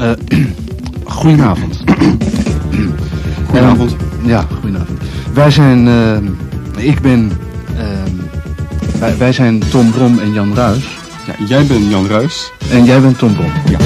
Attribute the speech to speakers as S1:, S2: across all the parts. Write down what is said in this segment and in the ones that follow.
S1: Eh, goedenavond.
S2: Goedenavond.
S1: Eh, ja, goedenavond. Wij zijn, eh, ik ben, eh, wij, wij zijn Tom Brom en Jan Ruis.
S2: Ja, jij bent Jan Ruijs.
S1: En jij bent Tom Brom.
S2: Ja.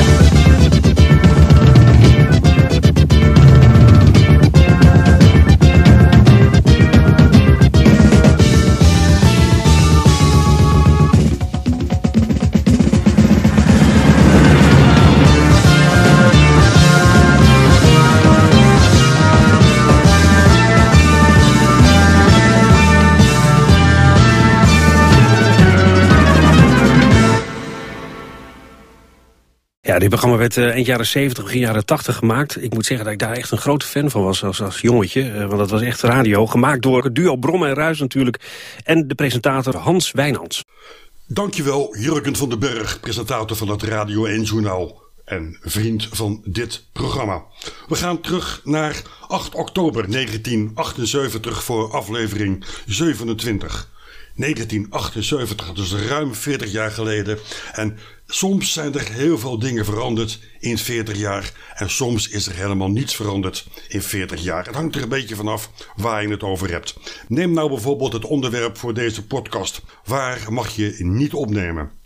S3: Ja, dit programma werd eh, eind jaren 70, begin jaren 80 gemaakt. Ik moet zeggen dat ik daar echt een grote fan van was als, als jongetje. eh, want dat was echt radio. Gemaakt door het duo Brom en Ruis natuurlijk. En de presentator Hans Wijnands.
S4: Dankjewel, Jurgen van den Berg, presentator van het Radio 1-journaal en vriend van dit programma. We gaan terug naar 8 oktober 1978 voor aflevering 27. 1978, dus ruim 40 jaar geleden. En soms zijn er heel veel dingen veranderd in 40 jaar. En soms is er helemaal niets veranderd in 40 jaar. Het hangt er een beetje vanaf waar je het over hebt. Neem nou bijvoorbeeld het onderwerp voor deze podcast. Waar mag je niet opnemen?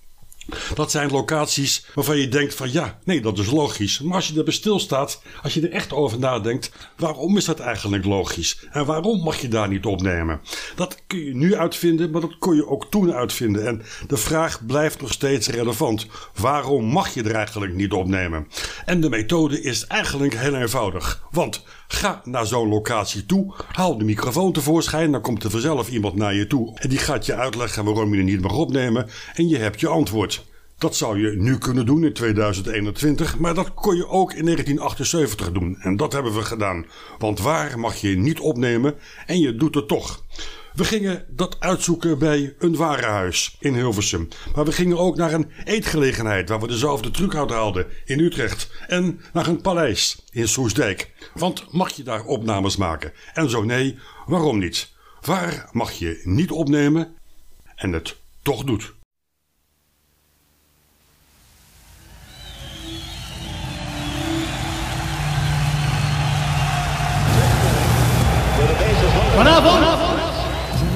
S4: Dat zijn locaties waarvan je denkt van ja, nee, dat is logisch. Maar als je erbij stilstaat, als je er echt over nadenkt, waarom is dat eigenlijk logisch? En waarom mag je daar niet opnemen? Dat kun je nu uitvinden, maar dat kon je ook toen uitvinden. En de vraag blijft nog steeds relevant. Waarom mag je er eigenlijk niet opnemen? En de methode is eigenlijk heel eenvoudig. Want ga naar zo'n locatie toe, haal de microfoon tevoorschijn, dan komt er vanzelf iemand naar je toe. En die gaat je uitleggen waarom je er niet mag opnemen en je hebt je antwoord. Dat zou je nu kunnen doen in 2021, maar dat kon je ook in 1978 doen. En dat hebben we gedaan. Want waar mag je niet opnemen en je doet het toch. We gingen dat uitzoeken bij een warenhuis in Hilversum. Maar we gingen ook naar een eetgelegenheid waar we dezelfde truc uit haalden in Utrecht. En naar een paleis in Soesdijk. Want mag je daar opnames maken? En zo nee, waarom niet? Waar mag je niet opnemen en het toch doet?
S5: Vanavond,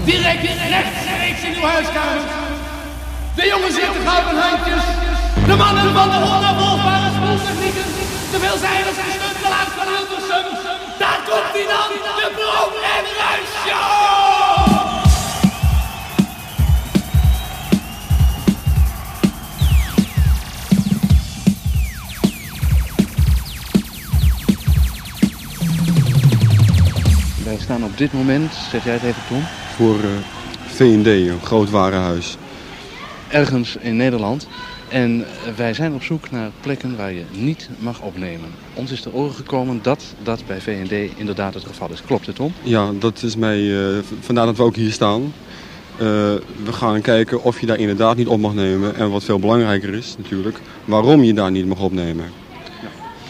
S5: direct rechtstreeks in uw huiskamer. De jongens in de gouden handjes. De mannen van de onafvolgbare spoeltechnieken. De veelzijders en stuntelaars van Hilversum. Daar komt hij dan, de Brom en Ruijs Show!
S1: Wij staan op dit moment, zeg jij het even Tom,
S2: Voor eh, V&D, een groot warenhuis.
S1: ergens in Nederland. En eh, wij zijn op zoek naar plekken waar je niet mag opnemen. Ons is te oren gekomen dat dat bij VND inderdaad het geval is. Klopt het Tom?
S2: Ja, dat is mij... eh, v- vandaar dat we ook hier staan. Eh, we gaan kijken of je daar inderdaad niet op mag nemen. En wat veel belangrijker is natuurlijk, waarom je daar niet mag opnemen.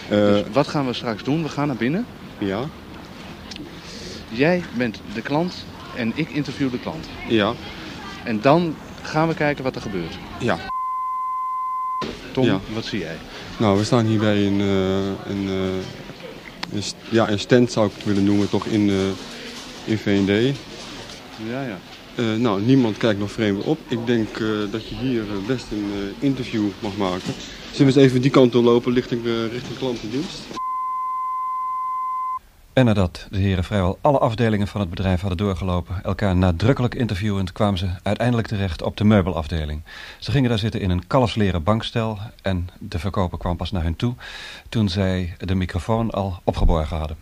S2: Eh, Ja.
S1: Dus wat gaan we straks doen? We gaan naar binnen.
S2: ja,
S1: Jij bent de klant en ik interview de klant.
S2: ja,
S1: En dan gaan we kijken wat er gebeurt.
S2: ja.
S1: Tom,
S2: Ja.
S1: wat zie jij?
S2: Nou, we staan hier bij een, eh, een, eh, een, st- ja, een stand zou ik het willen noemen, toch in, eh in V&D.
S1: Ja, ja.
S2: Eh, nou, niemand kijkt nog vreemd op. Ik denk eh, dat je hier eh, best een eh, interview mag maken. Zullen we eens even die kant op lopen richting, eh, richting klantendienst?
S6: En nadat de heren vrijwel alle afdelingen van het bedrijf hadden doorgelopen, elkaar nadrukkelijk interviewend, kwamen ze uiteindelijk terecht op de meubelafdeling. Ze gingen daar zitten in een kalfsleren bankstel en de verkoper kwam pas naar hun toe toen zij de microfoon al opgeborgen hadden.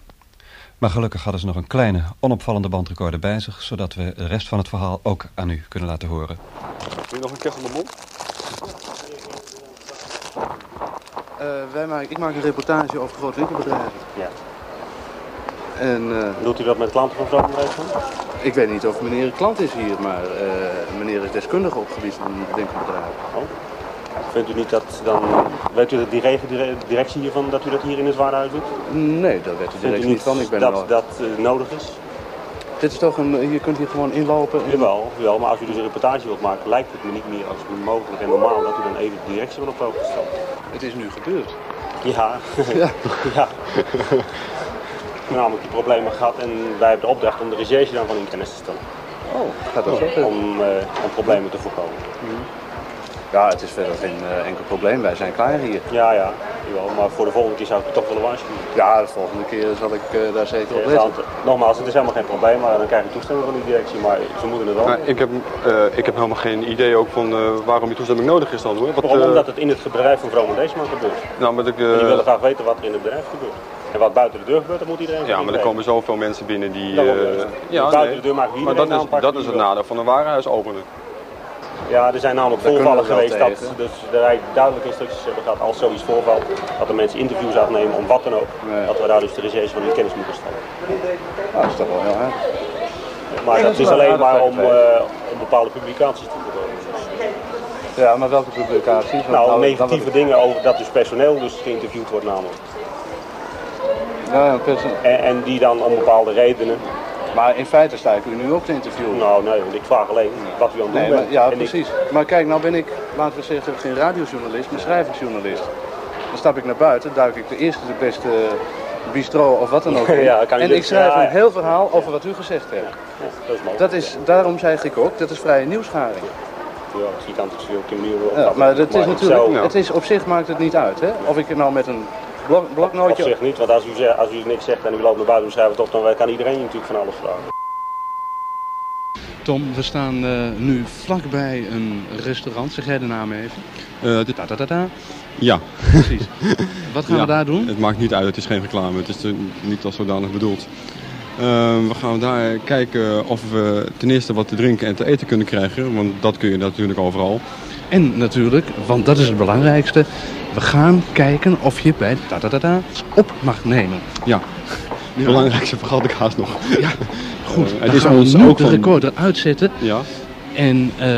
S6: Maar gelukkig hadden ze nog een kleine, onopvallende bandrecorder bij zich, zodat we de rest van het verhaal ook aan u kunnen laten horen.
S2: Wil je nog een kegel de mond?
S1: Eh, wij maken, ik maak een reportage over groot winkelbedrijven.
S7: Ja.
S1: En eh,
S7: Doet u dat met klanten van zo'n bedrijf dan?
S1: ik weet niet of meneer een klant is hier, maar eh, meneer is deskundige op het gebied van winkelbedrijven.
S7: Vindt u niet dat dan... Weet u dat die rege- dire- directie hiervan, dat u dat hier in het warenhuis doet?
S1: Nee, dat werd de
S7: Vindt u
S1: directie niet van. Ik ben er
S7: dat
S1: al-
S7: dat eh, nodig is?
S1: Dit is toch een, je kunt hier gewoon inlopen. en-
S7: Jawel, jawel, maar als u dus een reportage wilt maken, lijkt het me niet meer als mogelijk en normaal dat u dan even de directie wil op de hoogte stellen.
S1: Het is nu gebeurd.
S7: Ja.
S1: Ja.
S7: ja. We hebben namelijk die problemen gehad en wij hebben de opdracht om de recherche daarvan in kennis te stellen.
S1: Oh, gaat dat zo? ver?
S7: Om, eh, om problemen te voorkomen.
S1: Ja, het is verder geen eh, enkel probleem. Wij zijn klaar hier.
S7: Ja, ja, jawel, maar voor de volgende keer zou ik u toch willen waarschuwen.
S1: Ja, de volgende keer zal ik eh, daar zeker op letten.
S7: Want, eh, nogmaals, het is helemaal geen probleem, maar dan krijg je toestemming van die directie, maar ze moeten het wel.
S2: Maar ik, heb, eh, ik heb helemaal geen idee ook van eh, waarom die toestemming nodig is dan hoor. Wat,
S7: Waarom?
S2: eh,
S7: Omdat het in het bedrijf van Vroom en Deesman gebeurt.
S2: nou, maar ik, eh,
S7: En die willen graag weten wat er in het bedrijf gebeurt. En wat buiten de deur gebeurt, dat moet iedereen
S2: ja,
S7: van
S2: maar er
S7: weten.
S2: komen zoveel mensen binnen die...
S7: Daarom,
S2: eh,
S7: juist.
S2: ja,
S7: Buiten
S2: nee.
S7: de deur maken we
S2: maar
S7: iedereen
S2: dat is,
S7: aanpakken
S2: dat
S7: die
S2: is het
S7: wil.
S2: nadeel van een warenhuis openen.
S7: Ja, er zijn namelijk
S1: Daar kunnen
S7: voorvallen
S1: we wel
S7: geweest dat
S1: tegen.
S7: dus de Rijk duidelijke instructies hebben gehad als zoiets voorvalt, dat de mensen interviews afnemen om wat dan ook,
S1: Ja.
S7: dat we daar dus de recherche van in kennis moeten stellen.
S1: Ah, dat is toch wel heel hard.
S7: Maar dat
S1: is
S7: is
S1: wel
S7: alleen
S1: aardig
S7: maar
S1: bij
S7: om, eh, om bepaalde publicaties te voorkomen.
S1: Ja, maar welke publicatie? Want
S7: Nou,
S1: dat
S7: negatieve dingen over dat dus personeel dus geïnterviewd wordt namelijk.
S1: wordt- Ja, ja, perso-
S7: En, en die dan om bepaalde redenen.
S1: maar in feite sta ik u nu ook te interviewen.
S7: Nou nee, want ik vraag alleen wat u aan het doen
S1: Nee,
S7: bent.
S1: maar, ja,
S7: En ik-
S1: precies. Maar kijk, nou ben ik, laten we zeggen, geen radiojournalist, maar schrijversjournalist. Dan stap ik naar buiten, duik ik de eerste, de beste bistro of wat dan ook in.
S7: Ja, kan je
S1: en
S7: dit-
S1: ik schrijf
S7: ja, ja.
S1: een heel verhaal over wat u gezegd hebt.
S7: Ja, dat is mogelijk.
S1: Dat is, daarom zeg ik ook, dat is vrije nieuwsgaring.
S7: Ja, dat zie ik aan het verschil op die manier wel.
S1: Ja, maar dat is natuurlijk,
S7: zo-
S1: het is, op zich maakt het niet uit. Hè? Of ik het nou met een blok,
S7: Op
S1: bloknootje...
S7: zich niet, want als u, zegt- als u niks zegt en u loopt naar buiten en schrijft het op, dan kan iedereen je natuurlijk van alles vragen.
S1: Tom, we staan eh, nu vlakbij een restaurant. Zeg jij de naam even?
S2: Eh, dit-
S1: Ta ta ta ta.
S2: ja,
S1: Precies. Wat gaan
S2: Ja.
S1: we daar doen?
S2: het maakt niet uit, het is geen reclame. Het is eh, niet als zodanig bedoeld. Eh, we gaan daar kijken of we ten eerste wat te drinken en te eten kunnen krijgen. Want dat kun je natuurlijk overal.
S1: En natuurlijk, want dat is het belangrijkste. We gaan kijken of je bij ta ta ta ta op mag nemen.
S2: Ja, het belangrijkste vergat ik haast nog.
S1: Goed,
S2: Eh, het
S1: dan
S2: is
S1: gaan we
S2: ons
S1: nu
S2: ook
S1: de
S2: van-
S1: recorder uitzetten.
S2: Ja,
S1: En eh,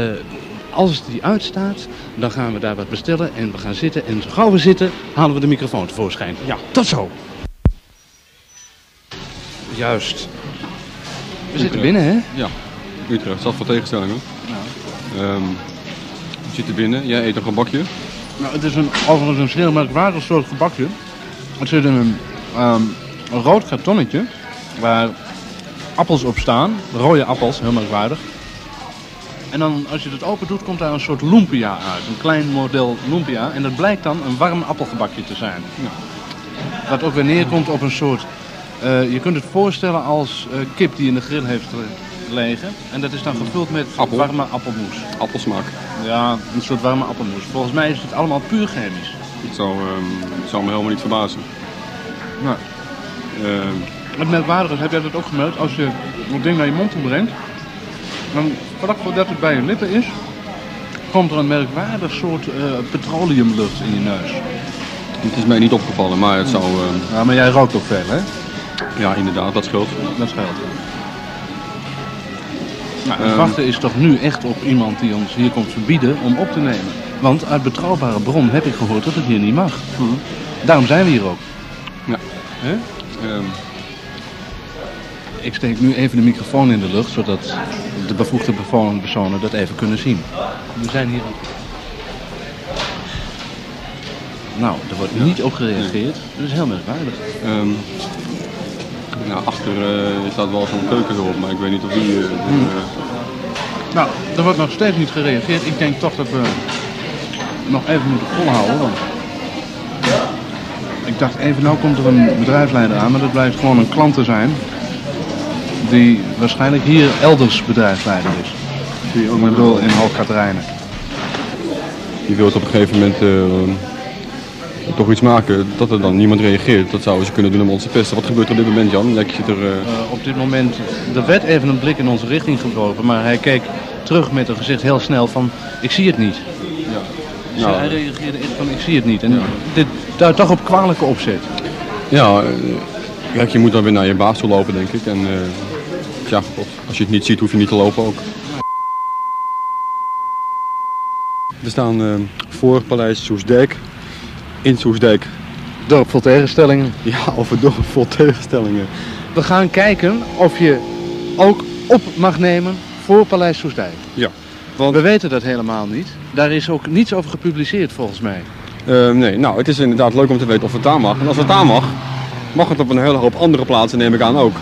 S1: als die uitstaat, dan gaan we daar wat bestellen. En we gaan zitten. En zo gauw we zitten, halen we de microfoon tevoorschijn. Ja, tot zo. Juist. We zitten binnen, hè?
S2: ja. Utrecht, zat voor tegenstellingen. Ehm, je zit er binnen, jij eet een gebakje.
S1: Nou, het is een, overigens een zeer merkwaardig soort gebakje. Het zit in een, ehm, een rood kartonnetje waar appels op staan. Rode appels, heel merkwaardig. En dan, als je het open doet, komt daar een soort lumpia uit. Een klein model lumpia. En dat blijkt dan een warm appelgebakje te zijn. Wat ook weer neerkomt op een soort... eh, je kunt het voorstellen als eh, kip die in de grill heeft gelegen. En dat is dan gevuld met
S2: Appel.
S1: warme appelmoes.
S2: Appelsmaak.
S1: Ja, een soort warme appelmoes. Volgens mij is het allemaal puur chemisch.
S2: Het zou, ehm, het zou me helemaal niet verbazen.
S1: Nou.
S2: Ehm,
S1: Het merkwaardige is, heb jij dat ook gemerkt, als je het ding naar je mond toe brengt, dan vlak voordat het bij je lippen is, komt er een merkwaardig soort eh, petroleumlucht in je neus.
S2: het is mij niet opgevallen, maar het zou... ehm,
S1: Ja, maar jij rookt ook veel, hè?
S2: ja, inderdaad, dat scheelt.
S1: Dat scheelt. Nou, het wachten is toch nu echt op iemand die ons hier komt verbieden om op te nemen. Want uit betrouwbare bron heb ik gehoord dat het hier niet mag. Daarom zijn we hier ook.
S2: Ja.
S1: Hè?
S2: Ehm,
S1: Ik steek nu even de microfoon in de lucht, zodat de bevoegde bevo- personen dat even kunnen zien. We zijn hier. Nou, er wordt niet op gereageerd. Dat is heel merkwaardig.
S2: ehm, nou, achter eh, staat wel zo'n keukenhulp, maar ik weet niet of die... eh, eh,
S1: Nou, er wordt nog steeds niet gereageerd. Ik denk toch dat we nog even moeten volhouden. Want ik dacht even, nou komt er een bedrijfsleider aan, maar dat blijkt gewoon een klant te zijn. Die waarschijnlijk hier elders bedrijfsleider is. Die ook met rol in Hoog Katerijnen.
S2: je wilt op een gegeven moment eh, toch iets maken dat er dan niemand reageert. Dat zouden ze kunnen doen om ons te pesten. Wat gebeurt er op dit moment, Jan? Jij zit er... eh,
S1: Eh, op dit moment, er werd even een blik in onze richting geworpen, maar hij keek terug met een gezicht heel snel van, ik zie het niet. Dus
S2: nou,
S1: hij reageerde echt van, ik zie het niet. En dit duidt toch op kwalijke opzet.
S2: Ja, eh, kijk, je moet dan weer naar je baas toe lopen, denk ik. En eh, tja, god, als je het niet ziet, hoef je niet te lopen ook. We staan eh, voor Paleis Soesdijk. In Soesdijk.
S1: Dorp vol tegenstellingen.
S2: Ja, of een dorp vol tegenstellingen.
S1: We gaan kijken of je ook op mag nemen voor Paleis Soestdijk.
S2: Ja,
S1: Want... We weten dat helemaal niet. Daar is ook niets over gepubliceerd volgens mij.
S2: Eh, nee, nou, het is inderdaad leuk om te weten of het daar mag. En als het daar mag, mag het op een hele hoop andere plaatsen, neem ik aan ook.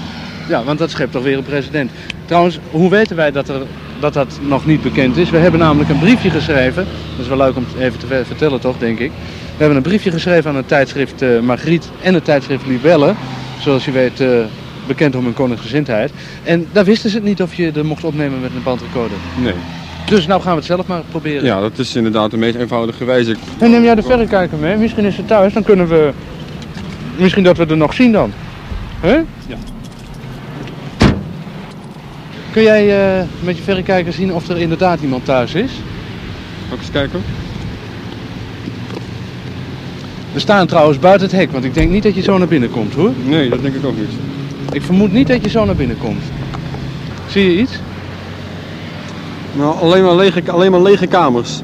S1: Ja, want dat schept toch weer een president. Trouwens, hoe weten wij dat er, dat, dat nog niet bekend is? We hebben namelijk een briefje geschreven. Dat is wel leuk om het even te ver- vertellen, toch, denk ik. We hebben een briefje geschreven aan het tijdschrift eh Margriet en het tijdschrift Libelle. Zoals je weet, eh, bekend om hun koningsgezindheid. En daar wisten ze het niet of je er mocht opnemen met een bandrecorder.
S2: Nee.
S1: Dus nou gaan we het zelf maar proberen.
S2: Ja, dat is inderdaad de meest eenvoudige wijze.
S1: Hey, neem jij de verrekijker mee? Misschien is het thuis, dan kunnen we... Misschien dat we er nog zien dan. Hè?
S2: Ja.
S1: Kun jij eh, met je verrekijker zien of er inderdaad iemand thuis is?
S2: Mag ik eens kijken?
S1: We staan trouwens buiten het hek, want ik denk niet dat je zo naar binnen komt hoor.
S2: Nee, dat denk ik ook niet.
S1: Ik vermoed niet dat je zo naar binnen komt. Zie je iets?
S2: Nou, alleen maar lege, alleen maar lege kamers.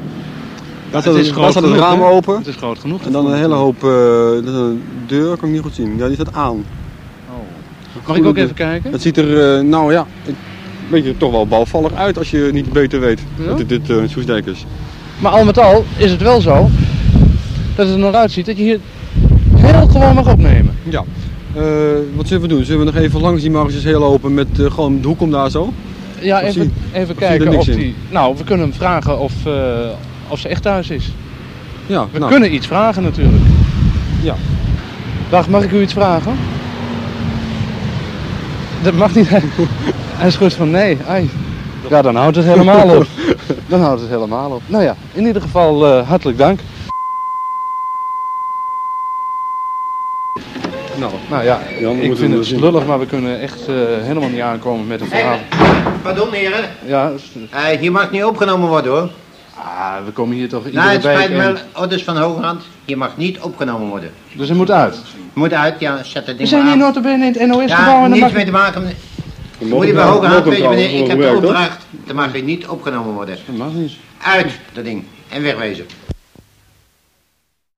S2: Daar staat het, daar staat het raam
S1: hè?
S2: open.
S1: Het is groot genoeg.
S2: En dan een hele hoop... eh, dat is een deur kan ik niet goed zien. Ja, die staat aan.
S1: Mag ik ook
S2: deur.
S1: even kijken?
S2: Het ziet er, eh, nou ja, een beetje toch wel bouwvallig uit als je niet beter weet
S1: Ja?
S2: dat dit, dit eh, een Soestdijk is.
S1: Maar al met al is het wel zo dat het er nog uitziet dat je hier heel gewoon mag opnemen.
S2: Ja. Eh, wat zullen we doen? Zullen we nog even langs die marges heel lopen met eh, gewoon om de hoek om daar zo?
S1: Ja,
S2: Of
S1: even,
S2: zie-
S1: even
S2: zie je er
S1: kijken of
S2: niks in?
S1: die... Nou, we kunnen hem vragen of, eh, of ze echt thuis is.
S2: Ja,
S1: We
S2: nou,
S1: kunnen iets vragen natuurlijk.
S2: Ja.
S1: Dag, mag ik u iets vragen? Dat mag niet. Hij schudt van nee. Ai. Ja, dan houdt het helemaal op. Dan houdt het helemaal op. Nou ja, in ieder geval eh, hartelijk dank.
S2: nou,
S1: Nou ja,
S2: dan
S1: ik
S2: moeten
S1: vind
S2: we
S1: het
S2: zien.
S1: lullig, maar we kunnen echt eh, helemaal niet aankomen met een verhaal.
S8: Pardon, heren.
S1: Ja,
S8: Eh, hier mag niet opgenomen worden, hoor.
S1: ah, we komen hier toch
S8: Nou,
S1: iedere
S8: het
S1: week.
S8: spijt me
S1: en-
S8: wel. Oh, dus van Hoogrand. Je mag niet opgenomen worden.
S1: Dus hij moet uit.
S8: Moet uit, ja, zet dat
S1: We
S8: ding
S1: zijn
S8: maar
S1: hier
S8: aan.
S1: notabene in het NOS-gebouw
S8: ja,
S1: en dan
S8: niets
S1: mag
S8: mee te maken. Moet je bij Hoogrand, weet je meneer, ik heb de opdracht. Dan mag je niet opgenomen worden.
S1: Dat mag niet.
S8: Uit, dat ding. En wegwezen.